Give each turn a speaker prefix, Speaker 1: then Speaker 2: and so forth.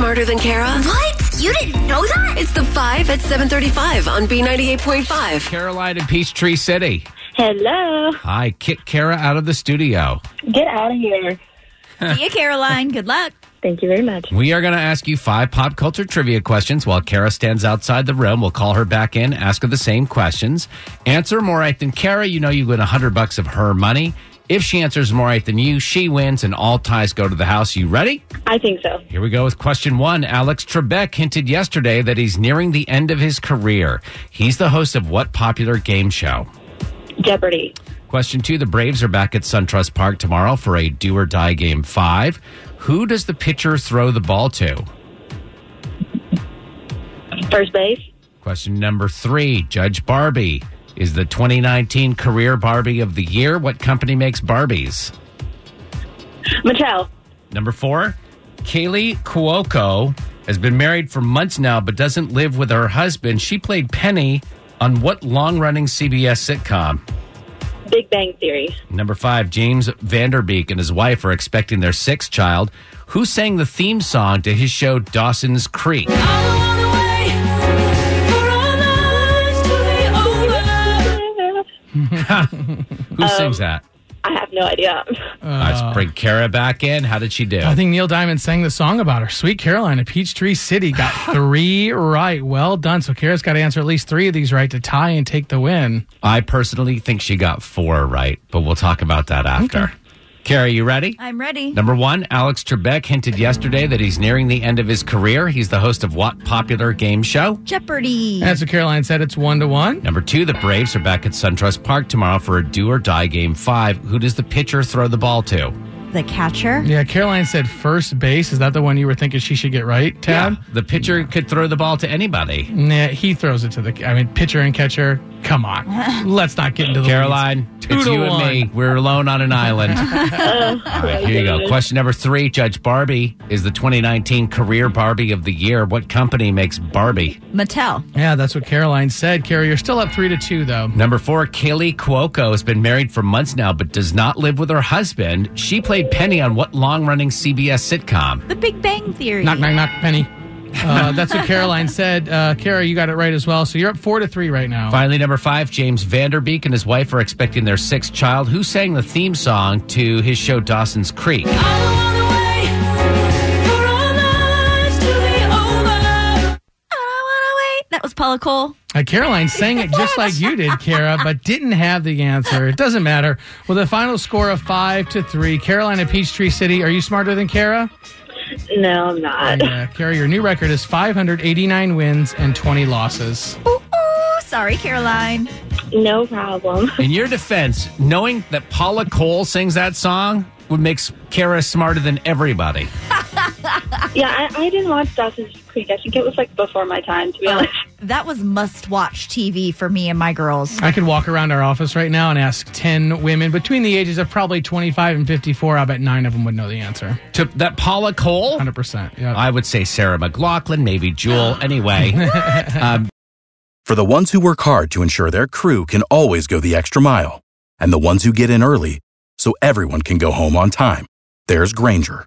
Speaker 1: Smarter than Kara?
Speaker 2: What? You didn't know that?
Speaker 1: It's the 5 at 735 on B98.5.
Speaker 3: Caroline in Peachtree City.
Speaker 4: Hello.
Speaker 3: Hi, kick Kara out of the studio.
Speaker 4: Get out of here.
Speaker 2: See you, Caroline. Good luck.
Speaker 4: Thank you very much.
Speaker 3: We are going to ask you five pop culture trivia questions while Kara stands outside the room. We'll call her back in, ask her the same questions. Answer more right than Kara, you know you win 100 bucks of her money. If she answers more right than you, she wins and all ties go to the house. You ready?
Speaker 4: I think so.
Speaker 3: Here we go with question one. Alex Trebek hinted yesterday that he's nearing the end of his career. He's the host of what popular game show?
Speaker 4: Jeopardy.
Speaker 3: Question two The Braves are back at SunTrust Park tomorrow for a do or die game five. Who does the pitcher throw the ball to?
Speaker 4: First base.
Speaker 3: Question number three Judge Barbie is the 2019 Career Barbie of the Year. What company makes Barbies?
Speaker 4: Mattel.
Speaker 3: Number four Kaylee Cuoco has been married for months now but doesn't live with her husband. She played Penny on what long running CBS sitcom?
Speaker 4: Big Bang Theory.
Speaker 3: Number five, James Vanderbeek and his wife are expecting their sixth child. Who sang the theme song to his show Dawson's Creek? Who sings that?
Speaker 4: I have no idea.
Speaker 3: Let's bring Kara back in. How did she do?
Speaker 5: I think Neil Diamond sang the song about her. Sweet Caroline of Peachtree City got three right. Well done. So Kara's got to answer at least three of these right to tie and take the win.
Speaker 3: I personally think she got four right, but we'll talk about that after. Kara, you ready?
Speaker 2: I'm ready.
Speaker 3: Number one, Alex Trebek hinted yesterday that he's nearing the end of his career. He's the host of what popular game show?
Speaker 2: Jeopardy.
Speaker 5: And that's what Caroline said. It's one to one.
Speaker 3: Number two, the Braves are back at SunTrust Park tomorrow for a do or die game five. Who does the pitcher throw the ball to?
Speaker 2: The catcher.
Speaker 5: Yeah, Caroline said first base. Is that the one you were thinking she should get right, Tab?
Speaker 3: The pitcher could throw the ball to anybody.
Speaker 5: Nah, he throws it to the. I mean, pitcher and catcher. Come on, let's not get into the
Speaker 3: Caroline,
Speaker 5: weeds.
Speaker 3: it's
Speaker 5: to
Speaker 3: you and me. We're alone on an island. All right, here you go. Question number three Judge Barbie is the 2019 Career Barbie of the Year. What company makes Barbie?
Speaker 2: Mattel.
Speaker 5: Yeah, that's what Caroline said. Carrie, you're still up three to two though.
Speaker 3: Number four, Kaylee Cuoco has been married for months now, but does not live with her husband. She played Penny on what long running CBS sitcom?
Speaker 2: The Big Bang Theory.
Speaker 5: Knock, knock, knock, Penny. Uh, that's what Caroline said. Uh, Kara, you got it right as well. So you're up four to three right now.
Speaker 3: Finally, number five, James Vanderbeek and his wife are expecting their sixth child. Who sang the theme song to his show Dawson's Creek?
Speaker 2: I don't wanna wait. That was Paula Cole.
Speaker 5: Uh, Caroline sang it just like you did, Kara, but didn't have the answer. It doesn't matter. With a final score of five to three, Carolina Peachtree City, are you smarter than Kara?
Speaker 4: No, I'm not.
Speaker 5: Yeah, Kara, your new record is 589 wins and 20 losses.
Speaker 2: Ooh, ooh. Sorry, Caroline.
Speaker 4: No problem.
Speaker 3: In your defense, knowing that Paula Cole sings that song would make Kara smarter than everybody.
Speaker 4: Yeah, I, I didn't watch Dawson's Creek. I think it was like before my time, to be honest.
Speaker 2: That was must watch TV for me and my girls.
Speaker 5: I could walk around our office right now and ask 10 women between the ages of probably 25 and 54. I bet nine of them would know the answer.
Speaker 3: To that Paula Cole?
Speaker 5: 100%. Yeah.
Speaker 3: I would say Sarah McLaughlin, maybe Jewel. Anyway, um,
Speaker 6: For the ones who work hard to ensure their crew can always go the extra mile, and the ones who get in early so everyone can go home on time, there's Granger,